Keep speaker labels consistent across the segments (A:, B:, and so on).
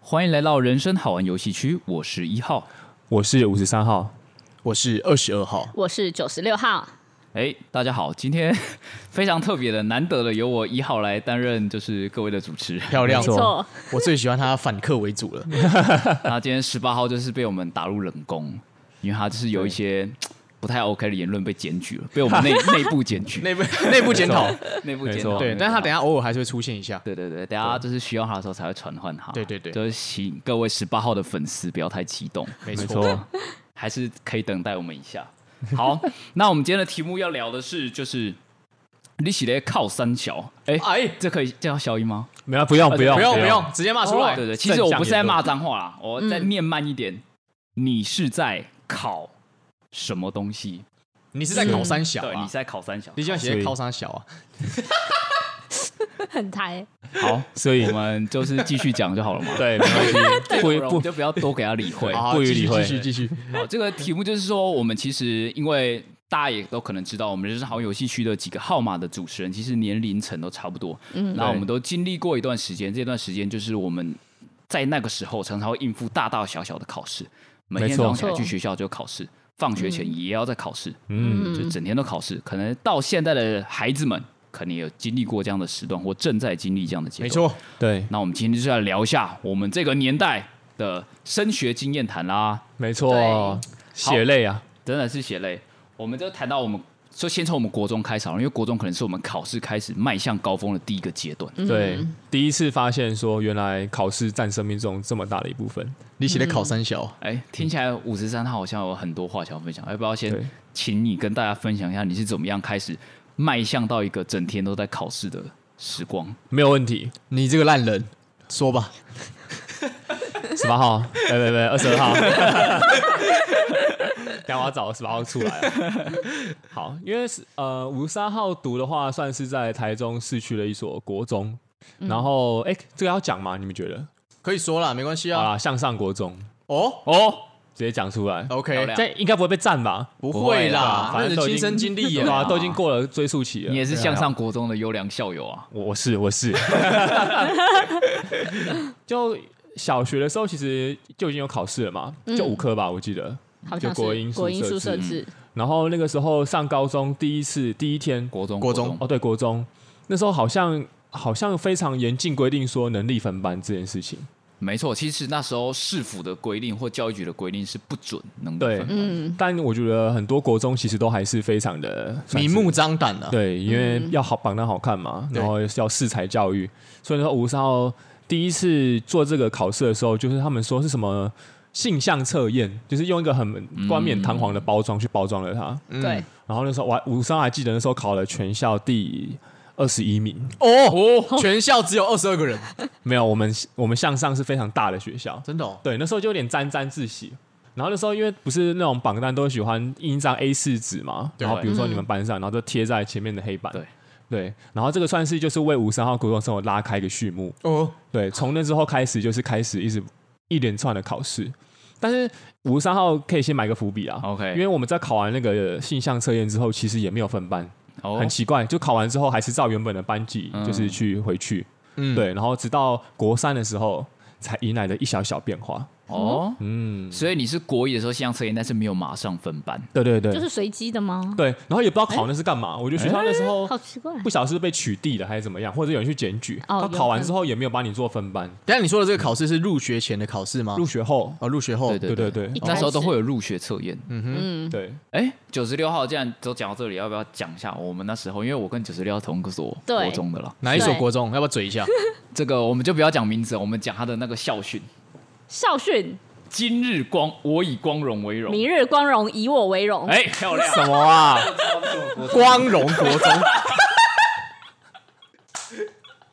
A: 欢迎来到人生好玩游戏区，我是一号。
B: 我是五十三号，
C: 我是二十二号，
D: 我是九十六号，
A: 哎，大家好，今天 非常特别的，难得的由我一号来担任就是各位的主 持。
C: 漂亮
D: 没，错，
C: 我最喜欢他反客为主了。
A: 那今天十八号就是被我们打入冷宫，因为他就是有一些不太 OK 的言论被检举了，被我们 内内部检举，
C: 内部内部检讨，
A: 内部
B: 没
A: 检
B: 错
A: 讨。
C: 对，但是他等一下偶尔还是会出现一下。
A: 对对对，等下就是需要他的时候才会传唤他。
C: 对对对
A: 就是请各位十八号的粉丝不要太激动，
C: 没
B: 没
C: 错，
B: 错，
A: 还是可以等待我们一下。 好，那我们今天的题目要聊的是，就是你喜的靠三小，哎、
C: 哎，
A: 这可以叫消音吗？
B: 没有啊不用不用
C: 啊不用不用，直接骂出来
A: 哦对。对，其实我不是在骂
B: 正
A: 脏话啦，我再念慢一点，你是在考什么东西？
C: 你是在考三小
A: 对，你
C: 啊
A: 是？在考三小
C: 你。这样写
B: 所以
C: 考三小啊？
D: 很台。
A: 好，
B: 所以
A: 我们就是继续讲就好了 嘛。
B: 对没关系，
A: 我
B: 不
A: 们
B: 不
A: 就不要多给他理会。
C: 好，
B: 不予
C: 继续
B: 理会
C: 继续继续。
A: 好，这个题目就是说，我们其实因为大家也都可能知道，我们人生好友戏区的几个号码的主持人，其实年龄层都差不多。嗯，然后我们都经历过一段时间，这段时间就是我们在那个时候常常会应付大大小小的考试，每
B: 没
A: 天
B: 错
A: 早上起来去学校就考试，放学前也要在考试，
B: 嗯，
A: 就整天都考试。可能到现在的孩子们，可能也有经历过这样的时段，或正在经历这样的阶段。
C: 没错，
B: 对，
A: 那我们今天就是要聊一下我们这个年代的升学经验谈啦，
B: 没 错，
D: 对
B: 血泪啊，
A: 真的是血泪。我们就谈到我们，就先从我们国中开始好了，因为国中可能是我们考试开始迈向高峰的第一个阶段。
B: 对，
C: 嗯
B: 第一次发现说原来考试占生命中这么大的一部分，
C: 你写的考三小，
A: 哎，听起来五十三号好像有很多话想要分享，要不要先
B: 对
A: 请你跟大家分享一下你是怎么样开始迈向到一个整天都在考试的时光？
B: 没有问题。
C: 你这个烂人，说吧。
B: 十八号， 对对对，二十二号。 等一下我要找十八号出来了。好，因为是呃五十三号读的话，算是在台中市区的一所国中。
C: 嗯
B: 然后，哎、这个要讲吗？你们觉得？
C: 可以说啦，没关系
B: 好
C: 啊。
B: 啦，向上国中，
C: 哦
A: 哦，
B: 直接讲出来。
A: 漂
C: ，OK，
A: 亮
B: 这应该不会被占吧？
C: 不
A: 不会
C: 会
A: 啦
C: 啦，
B: 反
C: 那
B: 正
C: 是
B: 都已
C: 亲
B: 经
C: 身经历
B: 对
C: 耶。
B: 啊，都已经过了追溯期了。
A: 你也是
C: 啊
A: 向上国中的优良校友啊。
B: 我我是我是， 就小学的时候其实就已经有考试了嘛，
A: 嗯
B: 就五科吧，我记得。
D: 好像
B: 就国
D: 是
B: 音
D: 国音
B: 宿
D: 宿
B: 舍
D: 舍制，
B: 然后那个时候上高中第一次第一天，
A: 国中，
C: 国中
B: 哦对，国中那时候好像好像非常严禁规定说能力分班这件事情，
A: 没错。其实那时候市府的规定或教育局的规定是不准能力
B: 对
A: 分，
D: 嗯，
B: 但我觉得很多国中其实都还是非常的算是
C: 明目张胆啊。
B: 对，因为要好榜单好看嘛，
C: 对
B: 然后要适才教育，所以说五十号第一次做这个考试的时候，就是他们说是什么性向测验，就是用一个很冠冕堂皇的包装去包装了它。
C: 嗯
D: 对，
B: 然后那时候我还五十号还记得那时候考了全校第二十一名，
C: 哦，全校只有二十二个人，
B: 没有，我们我们向上是非常大的学校，
C: 真的哦。
B: 对，那时候就有点沾沾自喜。然后那时候因为不是那种榜单都喜欢印一张 A 4纸嘛，
C: 对
B: 然后比如说你们班上，然后就贴在前面的黑板。
A: 对
B: 对，然后这个算是就是为五三号国中生活拉开一个序幕。
C: 哦，
B: 对，从那之后开始就是开始一直一连串的考试，但是五三号可以先埋个伏笔啊。
A: OK
B: 因为我们在考完那个性向测验之后，其实也没有分班，
A: 哦
B: 很奇怪，就考完之后还是照原本的班级，就是去回去。
C: 嗯
B: 对，然后直到国三的时候才迎来了一小小变化。
A: 哦，
B: 嗯，
A: 所以你是国一的时候向测验，但是没有马上分班。
B: 对对对，
D: 就是随机的吗？
B: 对，然后也不知道考那是干嘛。我觉得学校那时候
D: 好奇怪，
B: 不晓得是被取缔了还是怎么样，或者有人去检举。
D: 哦
B: 他
D: 有
B: 考完
D: 可
B: 之后也没有把你做分班，
C: 等一下你说的这个考试是入学前的考试吗？
B: 入学后，
D: 嗯
C: 哦，入学后，
A: 对对
B: 对对对
D: 一开
A: 那时候都
D: 始
A: 会有入学测验。
D: 嗯，
B: 对，
A: 哎，九十六号，既然都讲到这里，要不要讲一下我们那时候？因为我跟九十六号同一个所
D: 对
A: 国中的啦。
C: 哪一所
D: 对
C: 国中？要不要嘴一下？
A: 这个我们就不要讲名字，我们讲他的那个校训：
D: 校训：
A: 今日光，我以光荣为荣。
D: 明日光荣，以我为荣。
A: 哦哎，漂亮！
C: 什么啊？光荣国中，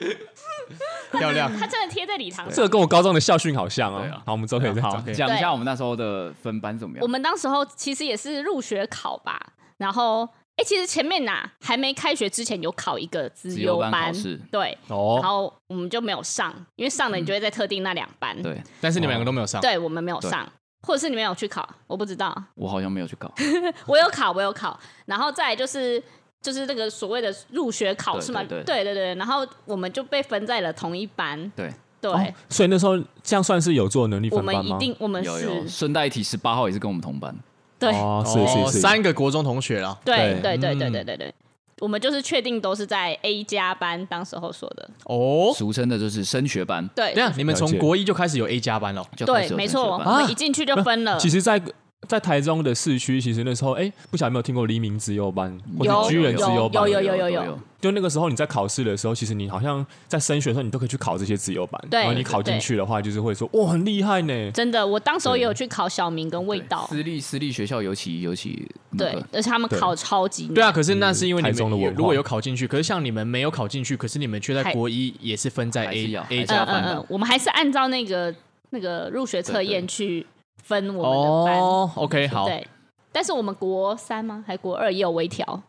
C: 漂亮。
D: 他真的贴在礼堂
B: 这
D: 上。
B: 个跟我高中的校训好像
A: 对
B: 啊
A: 啊。
B: 好，我们之后可以再
A: 好
B: 讲，。
A: 讲一下我们那时候的分班怎么
D: 我
A: 样？
D: 们当时候其实也是入学考吧，然后哎，其实前面呐还没开学之前有考一个资
A: 资优
D: 优
A: 班考试
D: 对，然
B: 哦，
D: 后我们就没有上，因为上了你就会在特定那两班。
A: 对
C: 但是你们两个都没有上，
D: 对我们没有
A: 对
D: 上，或者是你们有去考，我不知道。
A: 我好像没有去考。
D: 我有考，我有考，然后再来就是就是那个所谓的入学考试嘛，
A: 对对
D: 对对对，然后我们就被分在了同一班，
A: 对，
D: 对，
B: 哦所以那时候这样算是有做能力
D: 我
B: 分
D: 们
B: 班
D: 一
B: 吗？
D: 定我们
A: 有有，
D: 是，
A: 顺带一提，十八号也是跟我们同班，
D: 对
B: 哦，是
C: 哦
B: 是是，
C: 三个国中同学啦。
D: 对对
C: 对
D: 对对
C: 嗯
D: 对对对，我们就是确定都是在 A 加班，当时候说的，
C: 哦，
A: 俗称的就是升学班，
D: 对
C: 等一下你们
B: 了
C: 从
B: 解
C: 国一就开始有 A 加班了。
A: 啊就开
D: 对
A: 始，有
D: 没
A: 升
D: 错，
A: 学
D: 我
A: 班
D: 们一进去就分了，
B: 啊其实在，在台中的市区，其实那时候，哎、不晓得有没有听过黎明之优班，或
D: 有
B: 者居人之优班？
D: 有有有有有有
B: 就那个时候你在考试的时候，其实你好像在升学的时候，你都可以去考这些自由班。
D: 对
B: 然后你考进去的话，就是会说哇，很厉害呢。
D: 真的，我当时候也有去考小明跟味
A: 对
D: 道，
A: 私立私立学校尤其尤其那
D: 对
A: 个，
D: 而且他们
B: 对
D: 考超级嗯难
C: 对啊，可是那是因为你
B: 台中的文
C: 们有
B: 化
C: 如果有考进去，可是像你们没有考进去，可是你们却在
D: 还
C: 国一也是分在
A: 还是
C: A
A: 要
C: A
A: 还是要分
C: 加班
A: 班
D: 嗯嗯嗯，我们还是按照那个那个入学测验去分嗯我们的班。
C: 哦，OK，好，
D: 对，但是我们国三吗？还国二也有微调？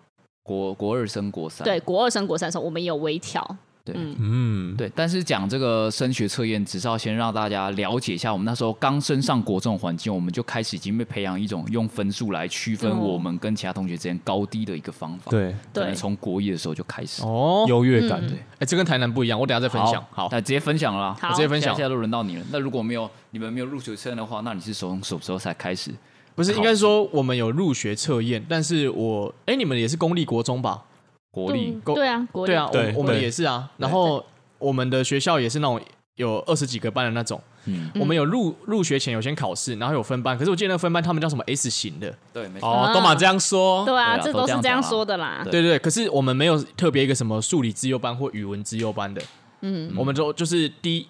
A: 国国二升国三，
D: 对，国二升国三的时候，我们也有微调。
A: 对
D: 嗯
B: 嗯，
A: 对，但是讲这个升学测验，只是要先让大家了解一下，我们那时候刚升上国中的环境，我们就开始已经被培养一种用分数来区分
D: 哦
A: 我们跟其他同学之间高低的一个方法。，
B: 对，
A: 可能
D: 对
A: 从国一的时候就开始。
C: 哦，
B: 优越感。
D: 哦嗯
C: 哎，这跟台南不一样，我等一下再分享。好，
A: 那直接分享了啦。
D: 好
C: 我直接分享
A: 现。在都轮到你了。那如果没有你们没有入学测验的话，那你是从什么时候才开始？
C: 不是，
A: 考
C: 应该说我们有入学测验，但是我哎，你们也是公立国中吧？
A: 国立
D: 对对啊，国立
C: 对啊，我
B: 对
C: 我们
B: 对
C: 也是啊。然后我们的学校也是那种有二十几个班的那种。
A: 嗯
C: 我们有入入学前有先考试，然后有分班，可是我记得那个分班他们叫什么 S 型的，
A: 对，没
B: 哦，都嘛这样说。
D: 对啊，
A: 对啊
D: 这
A: 都这
D: 都是
A: 样
D: 这样
A: 讲啊
D: 说的啦。
A: 对
C: 对对对。可是我们没有特别一个什么数理资优班或语文资优班的，
D: 嗯，
C: 我们就就是第一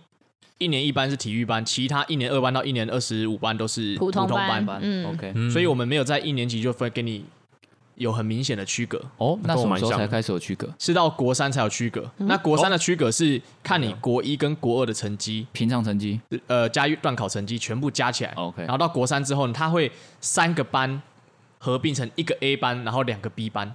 C: 一年一班是体育班，其他一年二班到一年二十五班都是
D: 普通
C: 通
D: 班
A: 班。
D: 嗯
A: OK，
B: 嗯
C: 所以我们没有在一年级就分给你有很明显的区隔。
A: 哦，那
B: 跟
A: 什
B: 我
A: 么
B: 蛮
A: 时候
B: 像
A: 才
B: 的
A: 开始有区隔？
C: 是到国三才有区
B: 嗯
C: 隔。那国
B: 哦
C: 三的区隔是看你国一跟国二的成绩，
A: 平常成绩哦
C: 呃，加一段考成绩全部加起来。
B: 哦
A: OK
C: 然后到国三之后呢，他会三个班合并成一个 A 班，然后两个 B 班。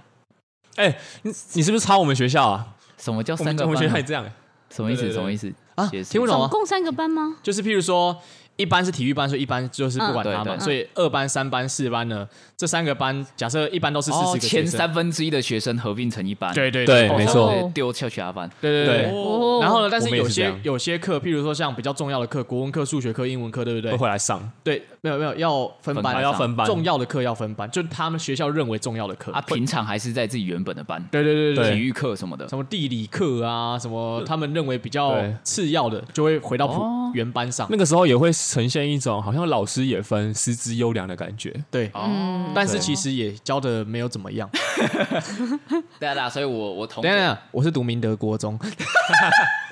B: 哎、你你是不是抄我们学校啊？
A: 什么叫
B: 我
A: 三
B: 们
A: 个
B: 我
A: 班
B: 们学校也
A: 啊？
B: 这样。
A: 什么意
B: 对
A: 思？
B: 对对
A: 什么意思
C: 啊
A: 解释
C: 听不懂
D: 总
C: 啊
D: 共三个班吗？
C: 就是譬如说，一班是体育班，所以一班就是不管他
A: 嗯对
C: 嘛。
A: 对
C: 所以二班、三班、四班呢，这三个班假设一班都是四十
A: 哦，
C: 个
A: 前
C: 学生。
A: 三分之一的学生合并成一班，哦
C: 对对
B: 对没错
A: 对丢翘其他班。
C: 对对对。
D: 哦
C: 然后呢？但
B: 我
C: 是
B: 们也
C: 有
B: 是这
C: 些
B: 样
C: 有些课，譬如说像比较重要的课，国文课、数学课、英文课，对不对
B: 会？回来上，
C: 对，没有没有要分
A: 分
C: 班
A: 班
B: 还，要分班。
C: 重要的课要分班，就是他们学校认为重要的课
A: 啊，平常还是在自己原本的班，
C: 对对对对，
A: 体育课什么的。
C: 什么地理课啊，什么他们认为比较
B: 对
C: 次要的，就会回到普
A: 哦
C: 原班上。
B: 那个时候也会呈现一种好像老师也分，师资优良的感觉。
C: 对，
A: 哦，
C: 但是其实也教的没有怎么样。
A: 对啊对啊，所以我我同
C: 等一下等一下，我是读明德国 中，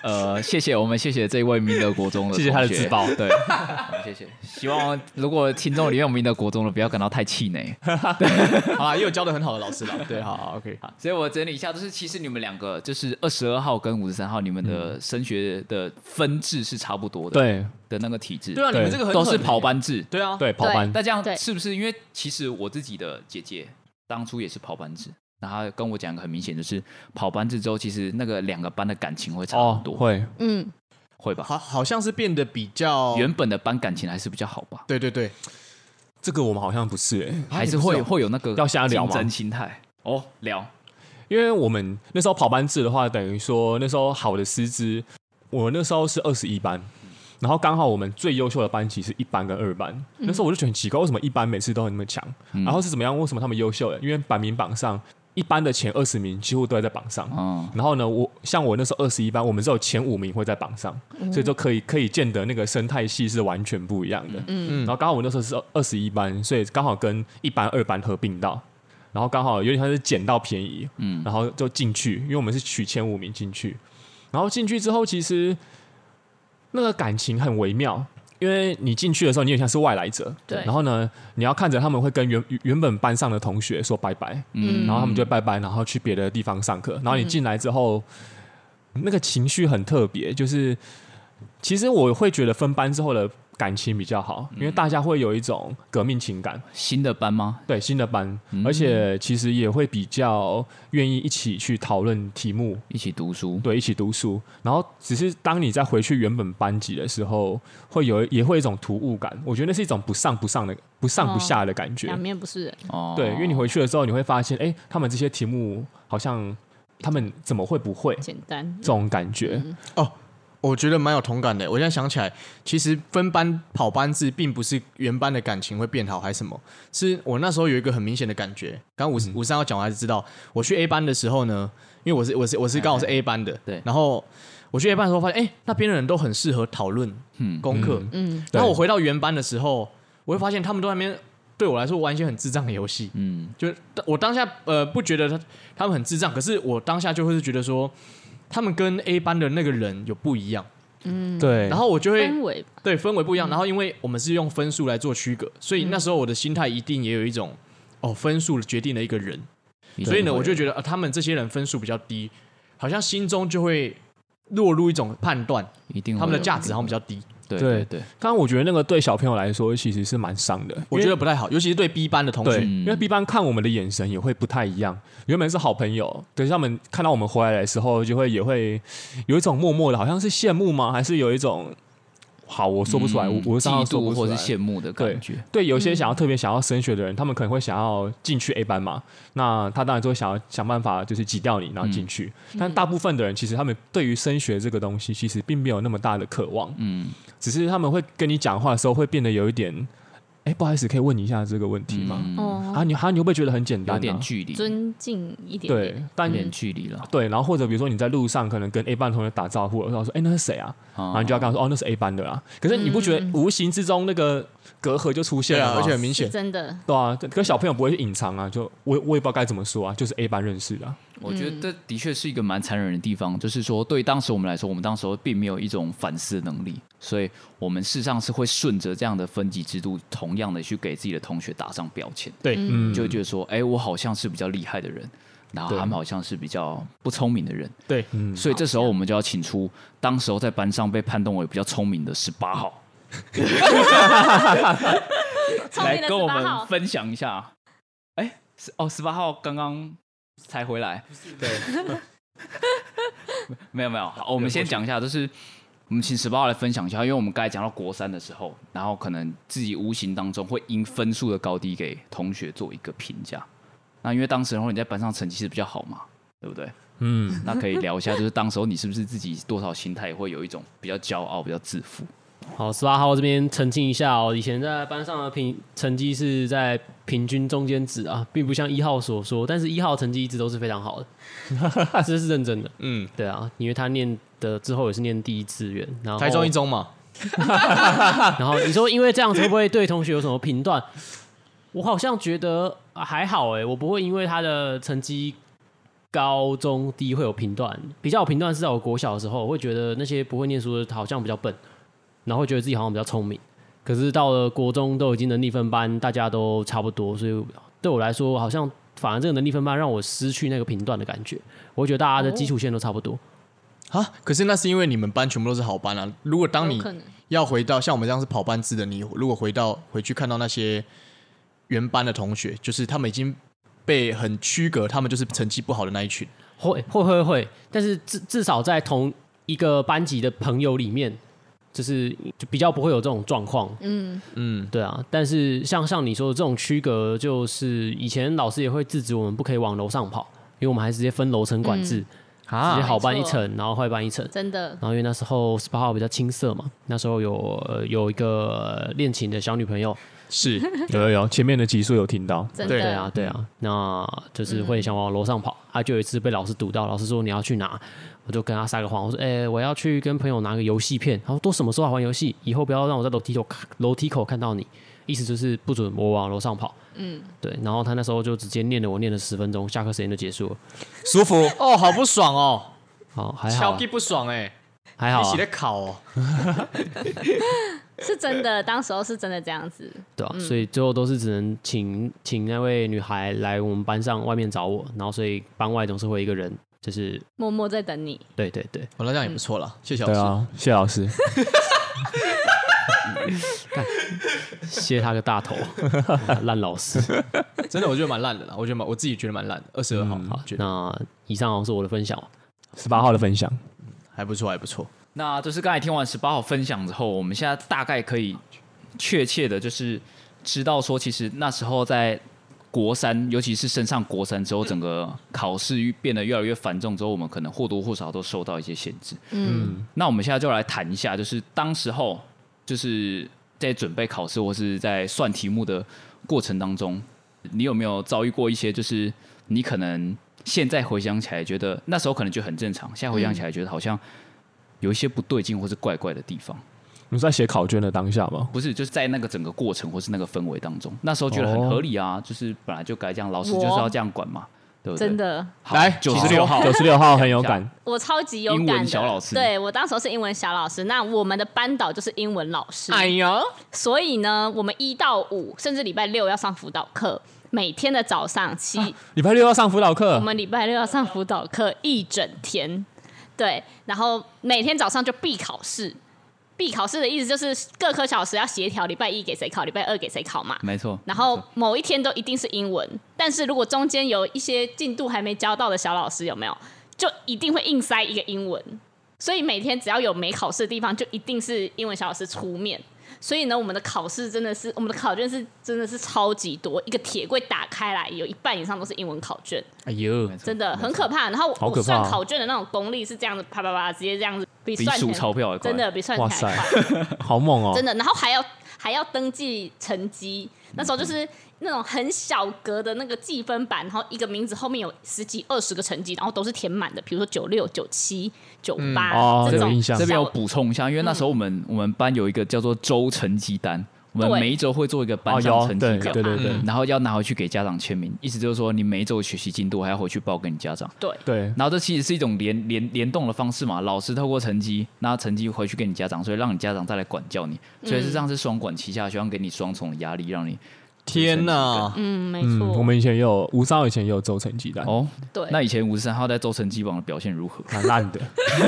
A: 呃，谢谢我们谢谢这位明德国中的同学，
B: 谢谢他的自爆
A: 对，好谢谢。希望如果听众里面有明德国中的，不要感到太气 馁。
C: 好啦，也有教的很好的老师啦。对，好好，OK，
A: 所以我整理一下，就是其实你们两个就是二十二号跟五十三号，你们的升学的分制是差不多的，
B: 对
A: 的那个体制，
C: 对啊，你们
B: 对
C: 这个很
A: 都是
C: 狠欸
A: 跑，班制。
C: 对啊，
B: 哦对，跑班
A: 那这样
D: 对
A: 是不是因为其实我自己的姐姐当初也是跑班制，然后她跟我讲一个很明显，就是跑班制之后，其实那个两个班的感情会差
B: 哦
A: 很，多，
B: 会
D: 嗯，
A: 会吧？
C: 好，好像是变得比较，
B: 哦
A: 原本的班感情还是比较好吧，
C: 对对对，
B: 这个我们好像不是、欸，
A: 还是
C: 你不
A: 会
C: 是哦
A: 会有那个
B: 要瞎聊
A: 竞
B: 啊吗
A: 争心态哦，聊
B: 因为我们那时候跑班制的话，等于说那时候好的师资，我那时候是二十一班，然后刚好我们最优秀的班级是一班跟二班。那时候我就觉得很奇怪，为什么一班每次都很那么强？然后是怎么样？为什么他们优秀欸？因为排名榜上一班的前二十名几乎都会在榜上。
A: 嗯
B: 然后呢，我像我那时候二十一班，我们只有前五名会在榜上，所以就可以可以见得那个生态系是完全不一样的。嗯，然后刚好我那时候是二十一班，所以刚好跟一班、二班合并到，然后刚好有点像是捡到便宜，嗯，然后就进去，因为我们是取前五名进去，然后进去之后其实那个感情很微妙。因为你进去的时候，你也像是外来者，
D: 对
B: 然后呢，你要看着他们会跟原原本班上的同学说拜拜，
D: 嗯
B: 然后他们就拜拜，然后去别的地方上课。然后你进来之后，那个情绪很特别，就是其实我会觉得分班之后的感情比较好，
D: 嗯
B: 因为大家会有一种革命情感，
A: 新的班吗？
B: 对新的班，
D: 嗯
B: 而且其实也会比较愿意一起去讨论题目，
A: 一起读书，
B: 对，一起读书。然后只是当你再回去原本班级的时候，会有也会有一种突兀感，我觉得那是一种不上不上的、不上不下的感觉，
D: 哦两面不是人。
A: 哦，
B: 对，因为你回去了之后，你会发现，哎、他们这些题目好像他们怎么会不会
D: 简单
A: 嗯
B: 这种感觉？
C: 哦，我觉得蛮有同感的。我现在想起来，其实分班跑班制并不是原班的感情会变好还是什么，是我那时候有一个很明显的感觉。刚
A: 嗯
C: 五五三要讲，我还是知道，我去 A 班的时候呢，因为我是我是我是刚好是 A 班的，
A: 啊对
C: 然后。我去 A 班的时候发现，哎、那边的人都很适合讨论
A: 嗯
C: 功课。
D: 嗯，
C: 然后我回到原班的时候，我会发现他们都在那边对我来说玩一些很智障的游戏。
A: 嗯，
C: 就是我当下呃不觉得他他们很智障，可是我当下就会是觉得说，他们跟 A 班的那个人有不一样，
B: 对，
A: 嗯
C: 然后我就会
D: 氛围
C: 对氛围不
D: 嗯
C: 一样，然后因为我们是用分数来做区隔，所以那时候我的心态一定也有一种哦分数决定了一个人，所以呢我就觉得、呃、他们这些人分数比较低，好像心中就会落入一种判断，
A: 一定会
C: 他们的
A: 有
C: 价值好像比较低，
A: 对
B: 对
A: 对对，
B: 刚刚我觉得那个对小朋友来说其实是蛮伤的，因
C: 我
B: 为
C: 觉得不太好，尤其是对 B 班的同
A: 嗯
B: 对，
C: 学，
B: 因为 B 班看我们的眼神也会不太一样。原本是好朋友，可是他们看到我们回来的时候，就会也会有一种默默的，好像是羡慕吗？还是有一种好，我说不出来，
A: 嗯
B: 我我上
A: 嫉
B: 说
A: 妒
B: 不出
A: 或是
B: 来。
A: 羡慕的感觉，
B: 对，有些想要特别想要升学的人，他们可能会想要进去 A 班嘛，那他当然就会想要想办法，就是挤掉你，然后
A: 嗯
B: 进去。但大部分的人其实他们对于升学这个东西，其实并没有那么大的渴望，
A: 嗯，
B: 只是他们会跟你讲话的时候会变得有一点，哎，不好意思，可以问你一下这个问题吗？
A: 嗯
B: 啊，
D: 哦，
B: 你啊，你会不会觉得很简单、啊？
A: 有点距离，
D: 尊嗯敬一点
B: 对
D: 点，，
B: 但
A: 有点距离了，
B: 对，然后或者比如说你在路上可能跟 A 班同学打招呼，然后说：“哎，那是谁啊？”然后
A: 啊
B: 你就要跟他说：“哦，那是 A 班的啦。”可是你不觉得无形之中那个隔阂就出现
C: 对
B: 了
C: 啊，
B: 吗？
C: 而且很明
D: 是
C: 显，
D: 真的。
B: 对啊，可小朋友不会去隐藏啊，就我我也不知道该怎么说啊，就是 A 班认识的啊、
A: 我觉得这的确是一个蛮残忍的地方，就是说，对当时我们来说，我们当时候并没有一种反思的能力，所以我们事实上是会顺着这样的分级制度，同样的去给自己的同学打上标签，
C: 对，
B: 嗯，
A: 就会觉得说，哎、我好像是比较厉害的人，然后
B: 对
A: 他们好像是比较不聪明的人，
C: 对，
B: 嗯
A: 所以这时候我们就要请出当时候在班上被判断为比较聪明的十八号，
D: 聪
A: 来
D: 明
A: 跟
D: 的十
A: 我
D: 八
A: 们
D: 号，
A: 分享一下。哎，是哦，十八号刚刚才回来，对， 没有没有，好，我们先讲一下，就是我们请十八号来分享一下，因为我们刚才讲到国三的时候，然后可能自己无形当中会因分数的高低给同学做一个评价。那因为当时然后你在班上成绩是比较好嘛，对不对？
B: 嗯，
A: 那可以聊一下，就是当时候你是不是自己多少心态会有一种比较骄傲、比较自负？
E: 好，十八号这边澄清一下哦，以前在班上的平成绩是在平均中间值啊，并不像一号所说，但是一号成绩一直都是非常 好的，这是认真的。
C: 嗯，
E: 对啊，因为他念的之后也是念第一志愿，然后
C: 台中一中嘛，
E: 然后你说因为这样子会不会对同学有什么评断？我好像觉得啊还好哎、我不会因为他的成绩高中低会有评断，比较有评断是在我国小的时候，我会觉得那些不会念书的好像比较笨，然后会觉得自己好像比较聪明。可是到了国中都已经能力分班，大家都差不多，所以对我来说好像反而这个能力分班让我失去那个评断的感觉。我觉得大家的基础线都差不多，
C: 啊，可是那是因为你们班全部都是好班啊。如果当
D: 有
C: 你
D: 可能
C: 要回到像我们这样是跑班制的，你如果回到回去看到那些原班的同学，就是他们已经被很区隔，他们就是成绩不好的那一群。
E: 会会会会，但是至至少在同一个班级的朋友里面，就是就比较不会有这种状况。
D: 嗯，
C: 嗯，
E: 对啊，但是像像你说的这种区隔，就是以前老师也会制止我们不可以往楼上跑，因为我们还直接分楼层管制，直接
C: 啊，
E: 好班
D: 嗯没
E: 一
D: 错
E: 层，然后坏班一层。
D: 真的
E: 然后因为那时候十八号比较青涩嘛，那时候有、呃有一个呃恋情的小女朋友，
C: 是
B: 有有有，前面的集数有听到，
D: 真
C: 对
E: 对
D: 的
E: 啊，对啊，那就是会想往楼上跑。他、就有一次被老师堵到，老师说你要去哪，我就跟他撒个谎，我说哎、我要去跟朋友拿个游戏片。他说都什么时候还玩游戏？以后不要让我在楼梯口楼梯口看到你，意思就是不准我往楼上跑。嗯，对。然后他那时候就直接念了我念了十分钟，下课时间就结束了。
C: 舒服哦，好不爽哦，
E: 好，还好
C: 小
E: 啊
C: 弟，不爽哎、
E: 还
C: 一
E: 好
C: 起
E: 啊，
C: 在考哦，
D: 是真的，当时候是真的这样子，
E: 对啊，所以最后都是只能请请那位女孩来我们班上外面找我，然后所以班外总是会有一个人，就是
D: 默默在等你。
E: 对对对。
C: 哦，那这样也不错了，谢谢老
B: 对
C: 师。
B: 啊，谢老师，
E: 谢他个大头， 烂老师。
C: 真的我觉得蛮烂的啦，我觉得蛮我自己觉得蛮烂的，二十二号、
B: 嗯
C: 好，觉得
E: 那以上好像是我的分享哦，
B: 十八号的分享，
C: 还不错，还不错。
A: 那就是刚才听完十八号分享之后，我们现在大概可以确切的，就是知道说，其实那时候在国三，尤其是升上国三之后，整个考试变得越来越繁重之后，我们可能或多或少都受到一些限制。
D: 嗯
A: 那我们现在就来谈一下，就是当时候就是在准备考试或是在算题目的过程当中，你有没有遭遇过一些就是你可能现在回想起来觉得那时候可能就很正常，现在回想起来觉得好像有一些不对劲或是怪怪的地方？
B: 你是在写考卷的当下吗？
A: 不是，就是在那个整个过程或是那个氛围当中，那时候觉得很合理啊，就是本来就该这样，老师就是要这样管嘛，对不对？
D: 真的，
A: 好，
C: 来
A: 九十
C: 96
A: 六号
B: 九十六号很有感，
D: 我超级有感的。
A: 英文小老师
D: 对我当时候是英文小老师，那我们的班导就是英文老师，
A: 哎
C: 呀，
D: 所以呢，我们一到五甚至礼拜六要上辅导课，每天的早上七、
A: 啊
B: 礼拜六要上辅导课
D: 我，们礼拜六要上辅导课一整天，对，然后每天早上就必考试。必考试的意思就是各科小时要协调，礼拜一给谁考，礼拜二给谁考嘛。
A: 没错。
D: 然后
A: 没错
D: 某一天都一定是英文，但是如果中间有一些进度还没教到的小老师，有没有就一定会硬塞一个英文。所以每天只要有没考试的地方，就一定是英文小老师出面。所以呢，我们的考试真的是，我们的考卷是真的是超级多，一个铁柜打开来，有一半以上都是英文考卷。
E: 哎呦，
D: 真的很可怕。然后
B: 好
D: 我
B: 可怕哦
D: 算考卷的那种功力是这样子，啪啪啪，直接这样子，比
A: 比
D: 算
A: 数
D: 钱
A: 钞票还快
D: 真的比算
B: 哇
D: 钱还
B: 塞
D: 快，
B: 好猛哦！
D: 真的。然后还要还要登记成绩，那时候就是那种很小格的那个计分板，然后一个名字后面有十几二十个成绩，然后都是填满的，比如说九六、九七、九八
B: 哦
D: 这
B: 有
D: 种
B: 印象
A: 这边
D: 小
A: 我补充一下，因为那时候我们、我们班有一个叫做周成绩单，我们
D: 嗯对
A: 每一周会做一个班
B: 哦，
A: 上
B: 有
A: 成
B: 对
A: 绩表，
B: 对对对
C: 嗯
A: 然后要拿回去给家长签名，意思就是说你每一周的学习进度还要回去报给你家长。
D: 对。
B: 对，
A: 然后这其实是一种联联联动的方式嘛，老师透过成绩，那成绩回去给你家长，所以让你家长再来管教你，所以是这样是双管齐下，希望给你双重的压力，让你
C: 天哪！
D: 嗯，没
B: 嗯，
D: 错，
B: 我们以前也有吴少，以前也有周成绩单，？
A: 哦。
D: 对
A: 那以前五十三号在周成绩榜的表现如何
B: 蛮烂的。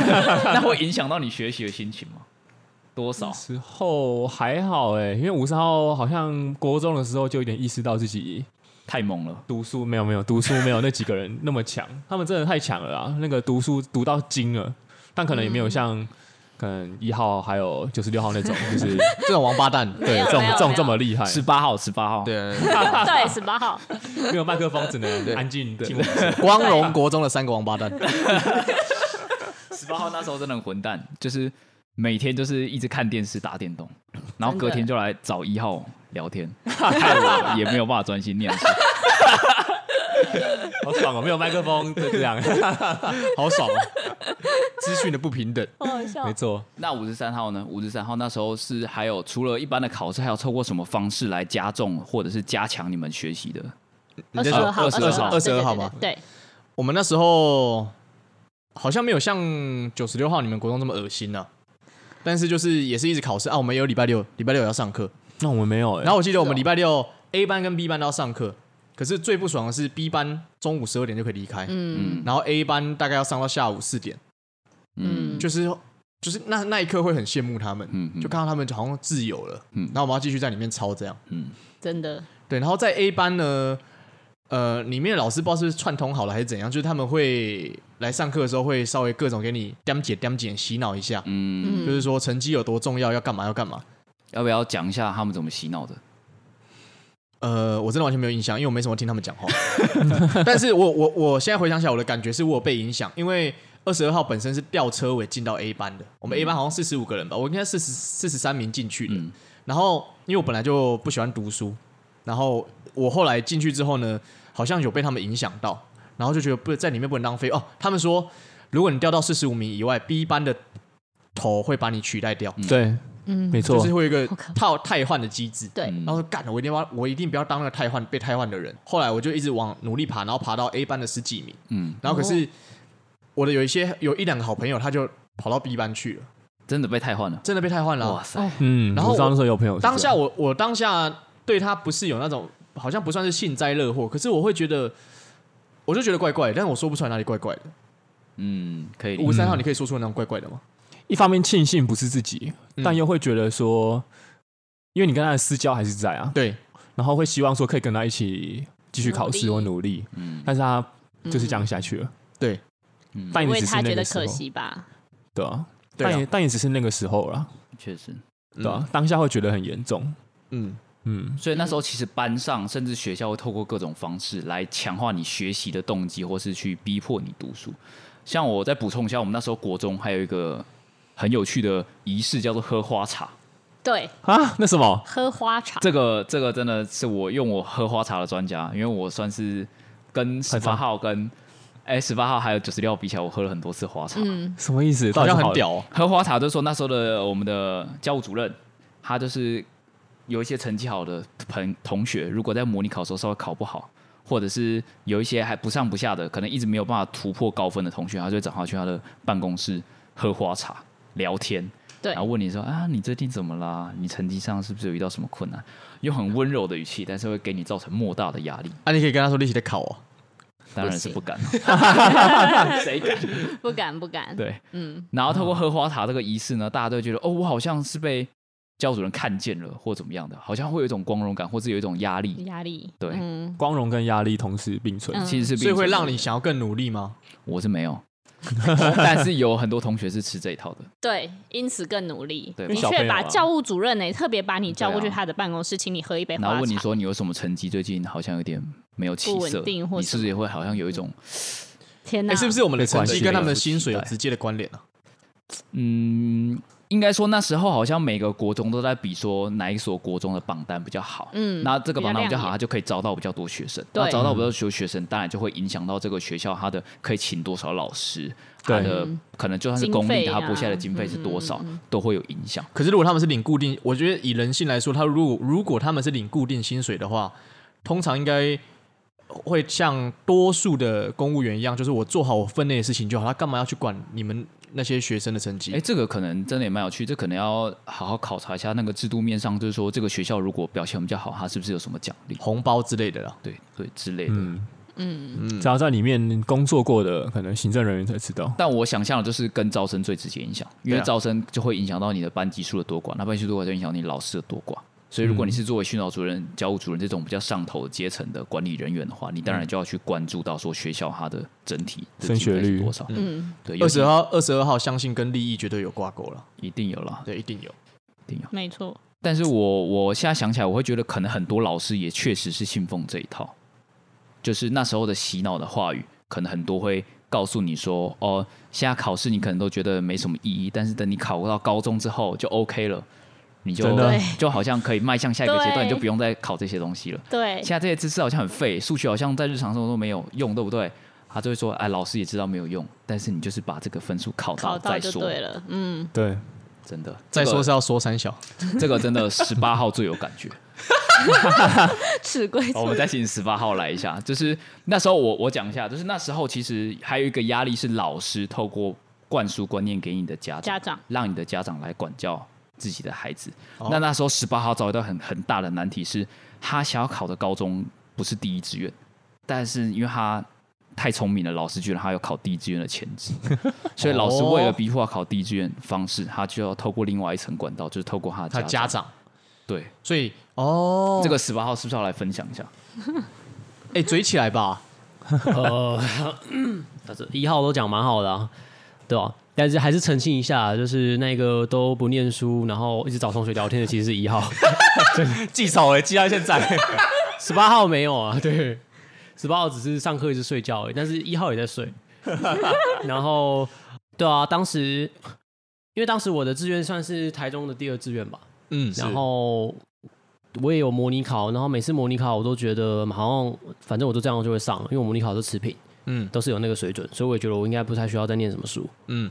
A: 那会影响到你学习的心情吗？多少？
B: 之后还好哎，因为吴三号好像国中的时候就有点意识到自己
A: 太猛了，
B: 读书没有没有读书没有那几个 人那么强，他们真的太强了啊！那个读书读到精了，但可能也没有像可能一号还有九十六号那 种，就是
C: 这种王八蛋，
D: 没
B: 对
D: 有
B: 这种
D: 没有
B: 这
D: 没
B: 种
D: 有
B: 这么厉害，
A: 十八号，十八号，，
C: 对，
D: 对十八号，
B: 没有麦克风，只能
C: 对
B: 安静听我们说。
C: 光荣国中的三个王八蛋，
A: 十八号那时候真的很混蛋，就是每天就是一直看电视打电动，然后隔天就来找一号聊天， 害我也没有办法专心念书。
B: 好爽 哦，没有麦克风就这样，
C: 好爽哦！资讯的不平等，
D: 好好哦笑
B: 没。错，
A: 那五十三号呢？五十三号那时候是还有除了一般的考试，还有透过什么方式来加重或者是加强你们学习的？
D: 二
C: 你
D: 十
C: 在
D: 二
C: 说
D: 号，
A: 22
D: 号，
C: 号22号
D: 对
C: 吗？
D: 对，
C: 我们那时候好像没有像九十六号你们国中这么恶心啊，但是就是也是一直考试啊，我们也有礼拜六，礼拜六也要上课，
B: 那我们没有哎，
C: 然后我记得我们礼拜六
A: 啊
C: A 班跟 B 班都要上课，可是最不爽的是 B 班中午十二点就可以离开，
D: 嗯
A: 嗯
C: 然后 A 班大概要上到下午四点，
A: 嗯
D: 嗯，
C: 就是就是那那一刻会很羡慕他们，
A: 嗯嗯
C: 就看到他们好像自由了，
A: 嗯
C: 然后我们要继续在里面抄这样。
A: 嗯，
D: 真的，
C: 对，然后在 A 班呢，呃，里面的老师不知道是不是串通好了还是怎样，就是他们会来上课的时候会稍微各种给你点解点解洗脑一下，
A: 嗯，
D: 嗯，
C: 就是说成绩有多重要，要干嘛要干嘛。
A: 要不要讲一下他们怎么洗脑的？
C: 呃，我真的完全没有印象，因为我没什么听他们讲话。但是我我我现在回想起来，我的感觉是我有被影响，因为二十二号本身是吊车尾进到 A 班的，我们 A 班好像四十五个人吧，我应该四十四十三名进去的。
A: 嗯
C: 然后因为我本来就不喜欢读书，然后我后来进去之后呢，好像有被他们影响到，然后就觉得不在里面不能浪费哦。他们说，如果你掉到四十五名以外，B 班的头会把你取代掉，
B: 对，
D: 嗯
B: 没错
C: 就，是会有一个
D: 好可怕
C: 套汰换的机制。
D: 对，
A: 嗯
C: 然后说干了，我一定要，我一定不要当那个汰换被汰换的人。后来我就一直往努力爬，然后爬到 A 班的十几名。
A: 嗯，
C: 然后可是我的有一些有一两个好朋友，他就跑到 B 班去了，
A: 真的被太换了，
C: 真的被汰换了啊。
A: 哇塞，
B: 嗯，
C: 然后
B: 我知道那时候有朋友是这样
C: 当下我我当下对他不是有那种好像不算是幸灾乐祸，可是我会觉得，我就觉得怪怪的，但是我说不出来哪里怪怪的。
A: 嗯，可以理解，
C: 五三号，你可以说出那种怪怪的吗？
B: 一方面庆幸不是自己，但又会觉得说，因为你跟他的私交还是在啊，
C: 对，
B: 然后会希望说可以跟他一起继续考试或努力，
A: 嗯
B: 但是他就是这样下去了。
A: 嗯，
B: 但
D: 因
B: 也
D: 为
B: 只是
D: 他
B: 那
D: 觉得
B: 个时
D: 可
B: 候，
D: 惜吧，
B: 对啊，
C: 对啊
B: 但也但也只是那个时候了，啊
A: 确实，
B: 对啊，当下会觉得很严重，
C: 嗯，
B: 嗯，
A: 所以那时候其实班上甚至学校会透过各种方式来强化你学习的动机，或是去逼迫你读书。像我再补充一下，我们那时候国中还有一个很有趣的仪式，叫做喝花茶。
D: 对，
B: 啊，那什么，
D: 喝花茶，
A: 这个这个真的是我用我喝花茶的专家，因为我算是跟十八
B: 常
A: 号跟哎十八号还有九十六比起来，我喝了很多次花茶。
B: 什么意思？到
C: 好像
B: 底是
C: 很
B: 好，
C: 屌哦。
A: 喝花茶就是说那时候的我们的教务主任，他就是有一些成绩好的朋同学，如果在模拟考的时候稍微考不好，或者是有一些还不上不下的，可能一直没有办法突破高分的同学，他就会找他去他的办公室喝花茶聊天。
D: 对
A: 然后问你说啊，你最近怎么啦？你成绩上是不是有遇到什么困难？用很温柔的语气，但是会给你造成莫大的压力。
C: 啊，你可以跟他说你一起在考哦。
A: 当然是不
D: 不
A: 敢，谁敢？
D: 不敢不敢，
A: 对，
D: 嗯，
A: 然后透过喝花茶这个仪式呢，大家都会觉得哦，我好像是被教主任看见了，或怎么样的，好像会有一种光荣感，或是有一种压力，
D: 压力，
A: 对
D: 嗯，
B: 光荣跟压力同时并存。
D: 嗯
A: 其实是并
C: 所以会
A: 存的
C: 让你想要更努力吗？
A: 我是没 有，但是有很多同学是吃这一 套的，
D: 对，因此更努力，
A: 对
D: 的
B: 小朋
D: 确
B: 友
D: 把
B: 啊
D: 教务主任呢、特别把你叫过去
A: 对啊
D: 他的办公室，请你喝一杯
A: 然
D: 花
A: 后
D: 茶，
A: 问你说你有什么成绩，最近好像有点没有起
D: 不稳
A: 色，
D: 定或
A: 你是不
D: 什
A: 是也会好像有一种
D: 天哪，
C: 哎，是不是我们的成
B: 被关
C: 绩
B: 系
C: 跟他们
A: 了
C: 的薪水有
A: 对
C: 直接的关联啊？
A: 嗯，应该说那时候好像每个国中都在比说哪一所国中的榜单比较好，
D: 嗯
A: 那这个榜单比较
D: 比较亮
A: 好，
D: 眼
A: 它就可以招到比较多学生，
D: 对
A: 那招到比较多学生，当然就会影响到这个学校它的可以请多少老师，
B: 对
A: 它的可能就算是公
D: 嗯经
A: 立，
D: 费啊嗯
A: 它拨下来的经费是多少，都会有影响。
C: 可是如果他们是领固定，我觉得以人性来说，他如果如果他们是领固定薪水的话，通常应该会像多数的公务员一样，就是我做好我分内的事情就好，他干嘛要去管你们那些学生的成绩？
A: 哎，这个可能真的也蛮有趣，这可能要好好考察一下那个制度面上，就是说这个学校如果表现比较好，它是不是有什么奖励？
C: 红包之类的啦。
A: 对对之类的。
B: 嗯嗯，只要在里面工作过的，可能行政人员才知道。
A: 但我想象的就是跟招生最直接影响，因为
C: 对啊
A: 招生就会影响到你的班级数的多寡，那班级数多寡就影响你老师的多寡。所以，如果你是作为训导主任、教务主任这种比较上头阶层的管理人员的话，你当然就要去关注到说学校它的整体的
B: 升学
A: 经费是
B: 率
A: 多少。
D: 嗯，
A: 对，
C: 二
A: 有
C: 十号，啊二十二号，相信跟利益绝对有挂钩了，
A: 一定有啦，
C: 对，一定有。
A: 一定有。
D: 没错，
A: 但是我我现在想起来，我会觉得可能很多老师也确实是信奉这一套，就是那时候的洗脑的话语，可能很多会告诉你说，哦，现在考试你可能都觉得没什么意义，但是等你考到高中之后就 OK 了，你就
B: 真的
D: 对
A: 就好像可以迈向下一个阶段，
D: 对
A: 你就不用再考这些东西了。
D: 对
A: 现，在这些知识好像很废，数学好像在日常生活中没有用，对不对？他就会说，哎，老师也知道没有用，但是你就是把这个分数考到
D: 考到
A: 再
D: 就
A: 说，
D: 对了，嗯，
B: 对，
A: 真的。
C: 再
A: 这
C: 说
A: 个
C: 是要说三小，
A: 这个真的十八号最有感觉。
D: 赤 龟
A: 哦好我们再请十八号来一下，就是那时候我我讲一下，就是那时候其实还有一个压力是老师透过灌输观念给你的家长，
D: 家长，
A: 让你的家长来管教自己的孩子。
C: 哦
A: 那那时候十八号遭遇到很很大的难题是，他想要考的高中不是第一志愿，但是因为他太聪明了，老师觉得他有考第一志愿的潜 质，所以老师
C: 哦
A: 为了逼迫他考第一志愿方式，他就要透过另外一层管道，就是透过他的
C: 他
A: 家
C: 家长，
A: 对。
C: 所以哦，
A: 这个十八号是不是要来分享一下？
C: 哎，嘴起来吧，
E: 呃，一号都讲蛮好的、啊，对吧、但是还是澄清一下，就是那个都不念书，然后一直找同学聊天的，其实是一号，
B: 记仇哎，记
C: 啊
B: 到现在。
E: 十八号没有啊，对，十八号只是上课一直睡觉而已，但是一号也 在睡。然后，对啊，当时因为当时我的志愿算是台中的第二志愿吧，
C: 嗯，
E: 然后我也有模拟考，然后每次模拟考我都觉得嗯好像反正我都这样就会上了，因为我模拟考都持平，
C: 嗯
E: 都是有那个水准，所以我也觉得我应该不太需要再念什么书。
C: 嗯，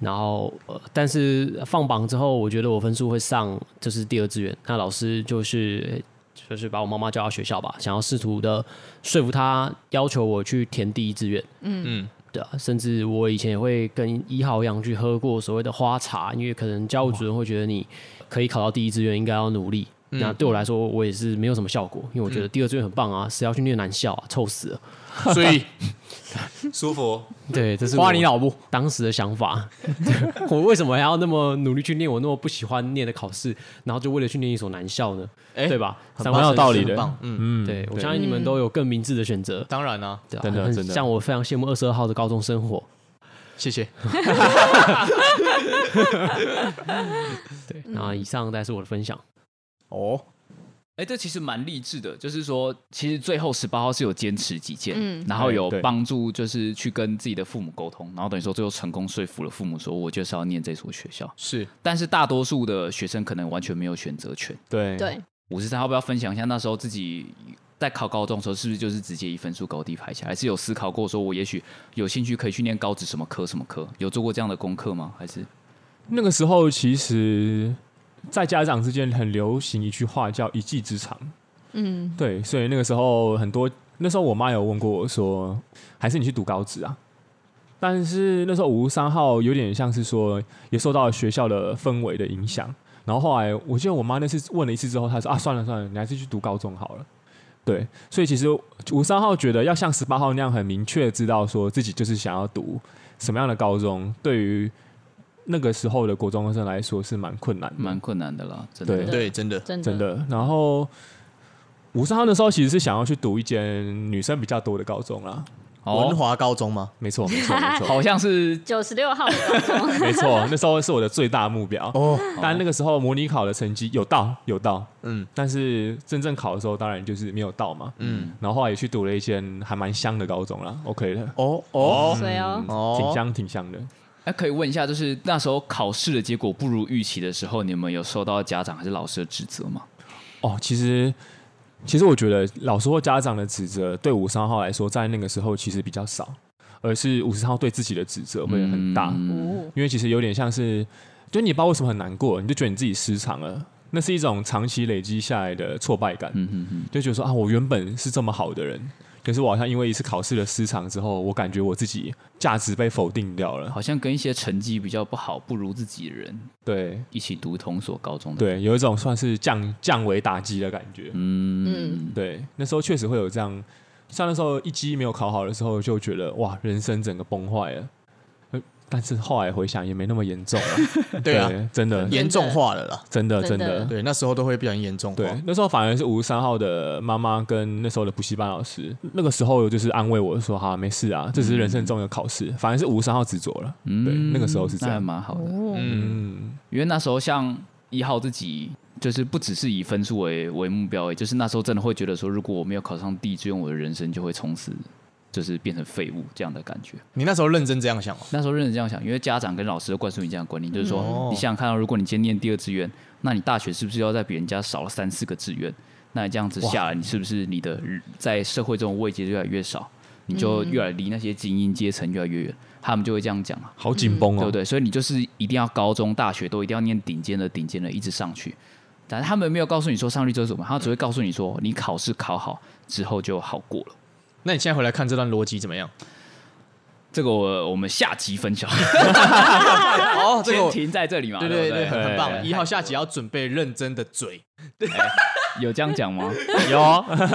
E: 然后呃，但是放榜之后，我觉得我分数会上，就是第二志愿。那老师就是就是把我妈妈叫到学校吧，想要试图的说服她，要求我去填第一志愿。
C: 嗯
E: 嗯。对啊，甚至我以前也会跟一号一样去喝过所谓的花茶，因为可能教务主任会觉得你可以考到第一志愿，应该要努力。那对我来说，我也是没有什么效果，因为我觉得第二志愿很棒啊，谁要去念男校啊，臭死了。
C: 所 以
B: 舒服，
E: 对，这是
C: 花
E: 我
C: 你脑部，
E: 当时的想法， 我为什么还要那么努力去念我那么不喜欢念的考试，然后就为了去念一所男校呢？
C: 哎
E: 对吧？
C: 很
E: 三
C: 棒
E: 位
B: 蛮有
E: 神
B: 道理
E: 是
B: 的
C: 很棒嗯，
B: 嗯，
E: 对，我相信你们都有更明智的选择。
C: 当然啊，
E: 对啊
B: 真的
E: 很
B: 真的
E: 像我非常羡慕二十二号的高中生活。
C: 谢谢。
E: 对，那以上大概是我的分享。
C: 哦，
A: 哎，这其实蛮励志的，就是说，其实最后十八号是有坚持己见，
D: 嗯
A: 然后有
B: 对对
A: 帮助，就是去跟自己的父母沟通，然后等于说最后成功说服了父母说，我就是要念这所学校。
C: 是
A: 但是大多数的学生可能完全没有选择权。
B: 对
D: 对，
A: 五十三要不要分享一下那时候自己在考高中的时候，是不是就是直接以分数高低排起来？还是有思考过说我也许有兴趣可以去念高职什么科什么科？有做过这样的功课吗？还是
B: 那个时候其实，在家长之间很流行一句话叫“一技之长”。
D: 嗯，
B: 对，所以那个时候很多，那时候我妈有问过我说，还是你去读高职啊？但是那时候五三号有点像是说，也受到学校的氛围的影响。然后后来我记得我妈那次问了一次之后，她说啊，算了算了，你还是去读高中好了。对，所以其实五三号觉得要像十八号那样很明确地知道说自己就是想要读什么样的高中，对于那个时候的国中生来说是蛮困难的，
A: 蛮困难的啦，真的。
B: 嗯对
C: 对，真的
D: 真的
B: 真的。然后五三号那时候其实是想要去读一间女生比较多的高中啦，
C: 文
A: 哦，
C: 华高中吗？
B: 没错，没 错，没错，
A: 好像是
D: 九十六号的高中
B: 没错。那时候是我的最大目标。
C: 哦，
B: 但那个时候模拟考的成绩有到有到，
C: 嗯
B: 嗯，但是真正考的时候当然就是没有到嘛，嗯，然后后来也去读了一间还蛮香的高中啦，OK 的，
C: 哦哦，
D: 对哦，
C: 哦
B: 挺香挺香的。
A: 哎，可以问一下，就是那时候考试的结果不如预期的时候，你们有受到家长还是老师的指责吗？
B: 哦，其实其实我觉得老师或家长的指责对五十三号来说，在那个时候其实比较少，而是五十三号对自己的指责会很大，
A: 嗯
D: 哦
B: 因为其实有点像是，就你不知道为什么很难过，你就觉得你自己失常了，那是一种长期累积下来的挫败感，
A: 嗯嗯嗯，
B: 就觉得说啊，我原本是这么好的人。可是我好像因为一次考试的失常之后，我感觉我自己价值被否定掉了。
A: 好像跟一些成绩比较不好、不如自己的人
B: 对
A: 一起读同所高中的，，
B: 对，有一种算是降降维打击的感觉。
A: 嗯，
B: 对，那时候确实会有这样，像那时候一机没有考好的时候，就觉得哇，人生整个崩坏了。呃但是后来回想也没那么严重了，
C: 对啊，
B: 真的，
C: 严重化了啦。
B: 真的，
D: 真
B: 真
D: 的
B: 的，
C: 对，那时候都会不小心严重化。
B: 对，
A: 哦
B: 那时候反而是五十三号的妈妈跟那时候的补习班老师，那个时候就是安慰我说：“哈，没事啊，这只是人生中的考试。”反而是五十三号执着了，对，那个时候是
A: 嗯
B: 这
A: 那还
B: 样，
A: 蛮好的。
B: 嗯，
A: 因为那时候像一号自己，就是不只是以分数为为目标，也就是那时候真的会觉得说，如果我没有考上第一志愿，我的人生就会从此就是变成废物这样的感觉。
C: 你那时候认真这样想哦，
A: 那时候认真这样想，因为家长跟老师都灌输你这样的观念，就是说，
C: 嗯
A: 你想想看到，如果你今天念第二志愿，那你大学是不是要在比人家少了三四个志愿？那你这样子下来，你是不是你的日在社会中的位阶就越来越少？你就越来离那些精英阶层越来越远，他们就会这样讲啊。
B: 好紧绷哦，
A: 对不对？所以你就是一定要高中、大学都一定要念顶尖的、顶尖的，一直上去。但是他们没有告诉你说上去之后怎么，他只会告诉你说你考试考好之后就好过了。
C: 那你现在回来看这段逻辑怎么 样？
A: 这个我我们下集分享，
C: 哦，这个
A: 先
C: 我
A: 停在这里嘛。
C: 对
A: 对
C: 对
A: 不
C: 对，很很棒。
A: 对
C: 一号下集要准备认真的嘴，
A: 有这样讲 吗？有。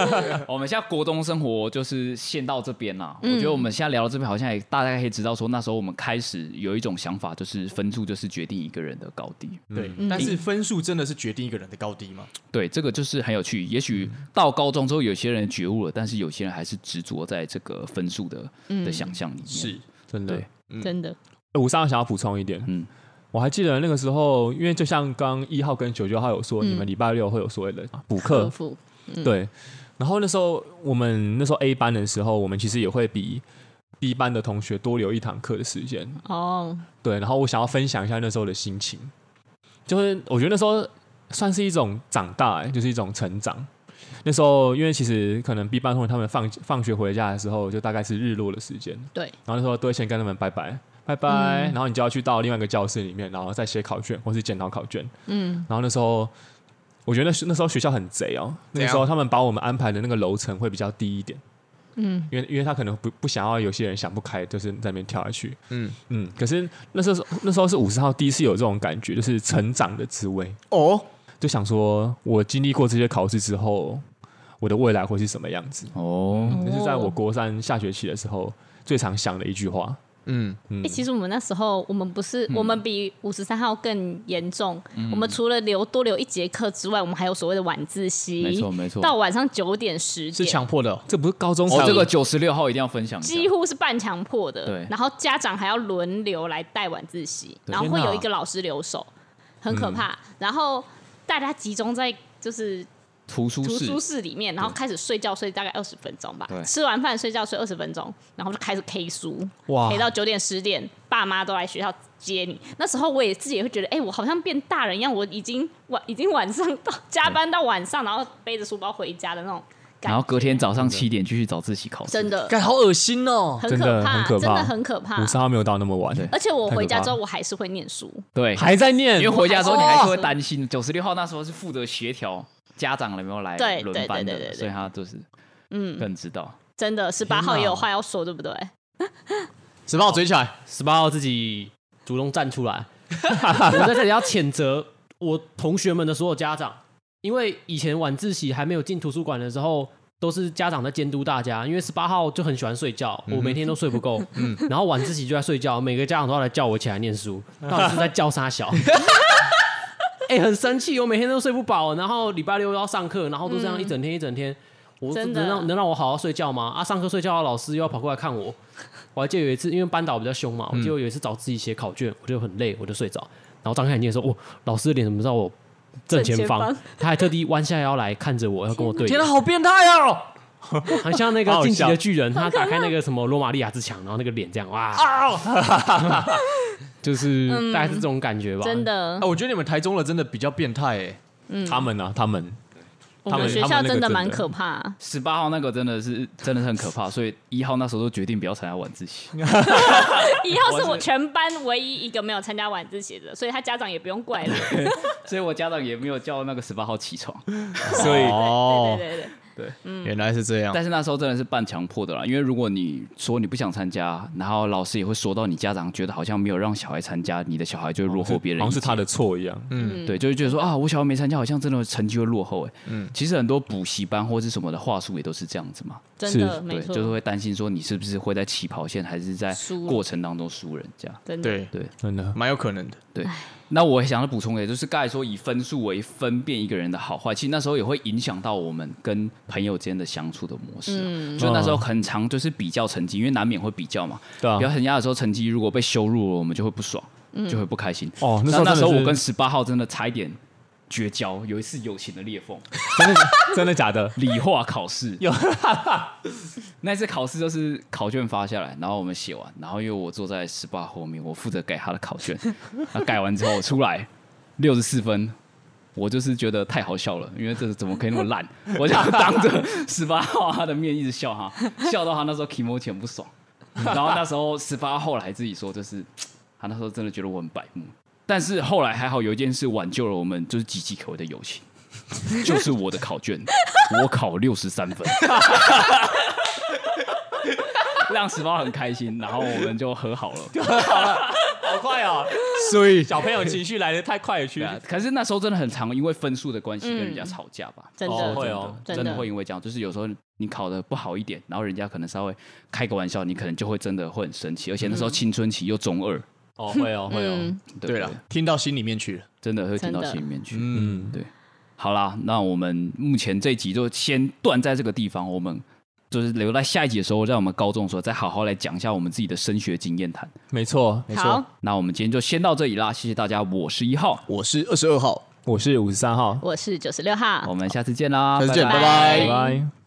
A: 我们现在国中生活就是先到这边啦。
D: 嗯
A: 我觉得我们现在聊到这边，好像也大概可以知道说，那时候我们开始有一种想法，就是分数就是决定一个人的高低。
C: 对，但是分数真的是决定一个人的高低吗？
A: 对，这个就是很有趣。也许
D: 嗯
A: 到高中之后，有些人觉悟了，但是有些人还是执着在这个分数的、
D: 嗯
A: 的想象里面。
C: 是，
B: 真的
A: 对。
D: 真的，
B: 五三号想要补充一点，
A: 嗯
B: 嗯，我还记得那个时候，因为就像刚一号跟九九号有说，
A: 嗯
B: 你们礼拜六会有所谓的
A: 啊
B: 补课
D: 克，服
B: 对。然后那时候我们那时候 A 班的时候，我们其实也会比 B 班的同学多留一堂课的时间，
D: 哦，
B: 对。然后我想要分享一下那时候的心情，就是我觉得那时候算是一种长大、欸，就是一种成长。那时候因为其实可能 B 班同学他们放放学回家的时候，就大概是日落的时间，
D: 对，嗯
B: 然后那时候都会先跟他们拜拜，拜拜，然后你就要去到另外一个教室里面，然后再写考卷或是检讨考卷。
D: 嗯，
B: 然后那时候，我觉得那时那时候学校很贼哦，那个时候他们把我们安排的那个楼层会比较低一点。嗯，因为因为他可能不不想要有些人想不开，就是在那边跳下去。
C: 嗯
B: 嗯，可是那时候那时候是五十号第一次有这种感觉，就是成长的滋味，
C: 哦，
B: 就想说我经历过这些考试之后，我的未来会是什么样子？
A: 哦，
B: 那是在我国三下学期的时候最常想的一句话。
C: 嗯，
D: 哎、其实我们那时候，我们不是，我们比五十三号更严重。我们除了留多留一节课之外，我们还有所谓的晚自习，
A: 没错没错
D: 到晚上九点十
C: 是
D: 点，
C: 强迫的哦，
B: 这不是高中才
A: 哦，
B: 有
A: 这个九十六号一定要分享一下。
D: 几乎是半强迫的。
A: 对
D: 然后家长还要轮流来带晚自习，
A: 对
D: 然后会
A: 天哪嗯
D: 有一个老师留守，很可怕。然后大家集中在就是
A: 图书
D: 图
A: 室
D: 书室里面，然后开始睡觉，睡大概二十分钟吧
A: 对。
D: 吃完饭睡觉睡二十分钟，然后就开始 K 书
C: 哇
D: ，K 到九点十点，爸妈都来学校接你。那时候我也自己也会觉得，哎、我好像变大人一样，我已经晚已经晚上到加班到晚上，然后背着书包回家的那种感
A: 然后隔天早上七点继续早自习考试，
D: 真的
C: 干好恶心哦！
D: 很
B: 真
D: 可
B: 的
D: 怕，
B: 很可
D: 真
B: 怕
D: 的很可怕
B: 五。三号没有到那么晚，
A: 对
D: 而且我
B: 太可
D: 回家
B: 怕
D: 之后，我还是会念书，
A: 对，
B: 还在念，
A: 因为回家之后
D: 哦
A: 你还是会担心。九十六号那时候是负责协调家长有没有来
D: 对
A: 轮班
D: 对对对对
A: 的，
D: 对
A: 所以他就是
D: 嗯，
A: 更知道。
D: 真的十八号也有话要说，对不对？
C: 十八号追起来，
E: 十八号自己主动站出来，我在这里要谴责我同学们的所有家长，因为以前晚自习还没有进图书馆的时候。都是家长在监督大家，因为十八号就很喜欢睡觉，我每天都睡不够，然后晚自习就在睡觉，每个家长都要来叫我起来念书，到底是在叫啥小？ 哎、很生气，我每天都睡不饱，然后礼拜六要上课，然后都这样一整天一整天，我
D: 嗯真的
E: 能让能让我好好睡觉吗？啊，上课睡觉，老师又要跑过来看我。我还记得有一次，因为班导比较凶嘛，我记得有一次早自己写考卷，我就很累，我就睡着，然后张开眼睛的时候，哇，哦老师的脸怎么知道我正前方？
D: 正前方
E: 他还特地弯下腰来看着我，要跟我对
C: 天
E: 眼
C: 哪，，好变态哦！
E: 很像那
B: 好
E: 个
B: 好
E: 晋级
B: 笑
E: 的巨人，他打开那个什么罗马利亚之墙，然后那个脸这样哇，
B: 啊
E: 就是大概是这种感觉吧，
D: 嗯真。的
C: 哎，，我觉得你们台中的真的比较变态哎。
B: 他们啊，他们
D: 我
B: 他
D: 们
B: 们
D: 学
B: 他
D: 校
B: 们那个
D: 真的
B: 真
D: 蛮
B: 的
D: 可怕。
A: 十八号那个真的是真的是很可怕，所以一号那时候都决定不要参加晚自习。
D: 一号是我全班唯一一个没有参加晚自习的，所以他家长也不用怪了。
A: 所以我家长也没有叫那个十八号起床，
B: 所以
C: 哦，
D: 对对对对，
C: 原来是这样。
A: 但是那时候真的是半强迫的啦，因为如果你说你不想参加，然后老师也会说到你家长觉得好像没有让小孩参加，你的小孩就会落后别人，
B: 好像是他的错一样。
A: 对，就会觉得说啊，我小孩没参加，好像真的成绩会落后哎。嗯，其实很多补习班或是什么的话术也都是这样子嘛，
D: 真的
B: 是
D: 没
A: 对，
D: 错，
A: 就是会担心说你是不是会在起跑线还是在
D: 输
A: 过程当中输人这样。
D: 真的。
C: 对，
A: 对，
B: 真的，
C: 蛮有可能的。
A: 对，那我想要补充的，也就是刚才说以分数为分辨一个人的好坏，其实那时候也会影响到我们跟朋友之间的相处的模式、啊。
D: 嗯
A: 就那时候很常就是比较成绩，因为难免会比较嘛。
B: 对
D: 嗯
B: 啊
A: 比，较成绩的时候，成绩如果被羞辱了，我们就会不爽，就会不开心。
B: 哦那时候
A: 那时候
B: 真的是
A: 我跟十八号真的差一点绝交，有一次友情的裂缝。
B: 真的真的假 的？
A: 理化考试，有 那次考试就是考卷发下来，然后我们写完，然后因为我坐在十八后面，我负责改他的考卷，他改完之后我出来六十四分。我就是觉得太好笑了，因为这怎么可以那么烂？我就当着十八号他的面一直笑他，笑到他那时候 emo 很不爽。然后那时候十八后来自己说，就是他那时候真的觉得我很白目。但是后来还好有一件事挽救了我们，就是岌岌可危的友情。就是我的考卷，我考六十三分，让十八很开心，然后我们就和好了。
B: 好快哦！
C: 所以
B: 小朋友情绪来的太快了，去
A: 对啊，可是那时候真的很常因为分数的关系跟人家吵架吧？
D: 真的、
B: 哦会哦
D: 真的
A: 真的会因为这样，就是有时候你考的不好一点，然后人家可能稍微开个玩笑，你可能就会真的会很生气，而且那时候青春期又中二，
B: 哦，会哦，会哦。
D: 嗯，
A: 对不
C: 对
A: 对
C: 了，听到心里面去了。
A: 真的会听到
D: 真的
A: 心里面去。
B: 嗯，
A: 对，好啦，那我们目前这一集就先断在这个地方，我们就是留在下一集的时候，在我们高中的时候再好好来讲一下我们自己的升学经验谈。
B: 没错，没错。
D: 好，
A: 那我们今天就先到这里啦，谢谢大家，我是一号，
C: 我是二十二号，
B: 我是五十三号，
D: 我是九十六号
A: 我，们下次见啦，
C: 下次见，
A: 拜
C: 拜
B: 拜
D: 拜
B: 拜。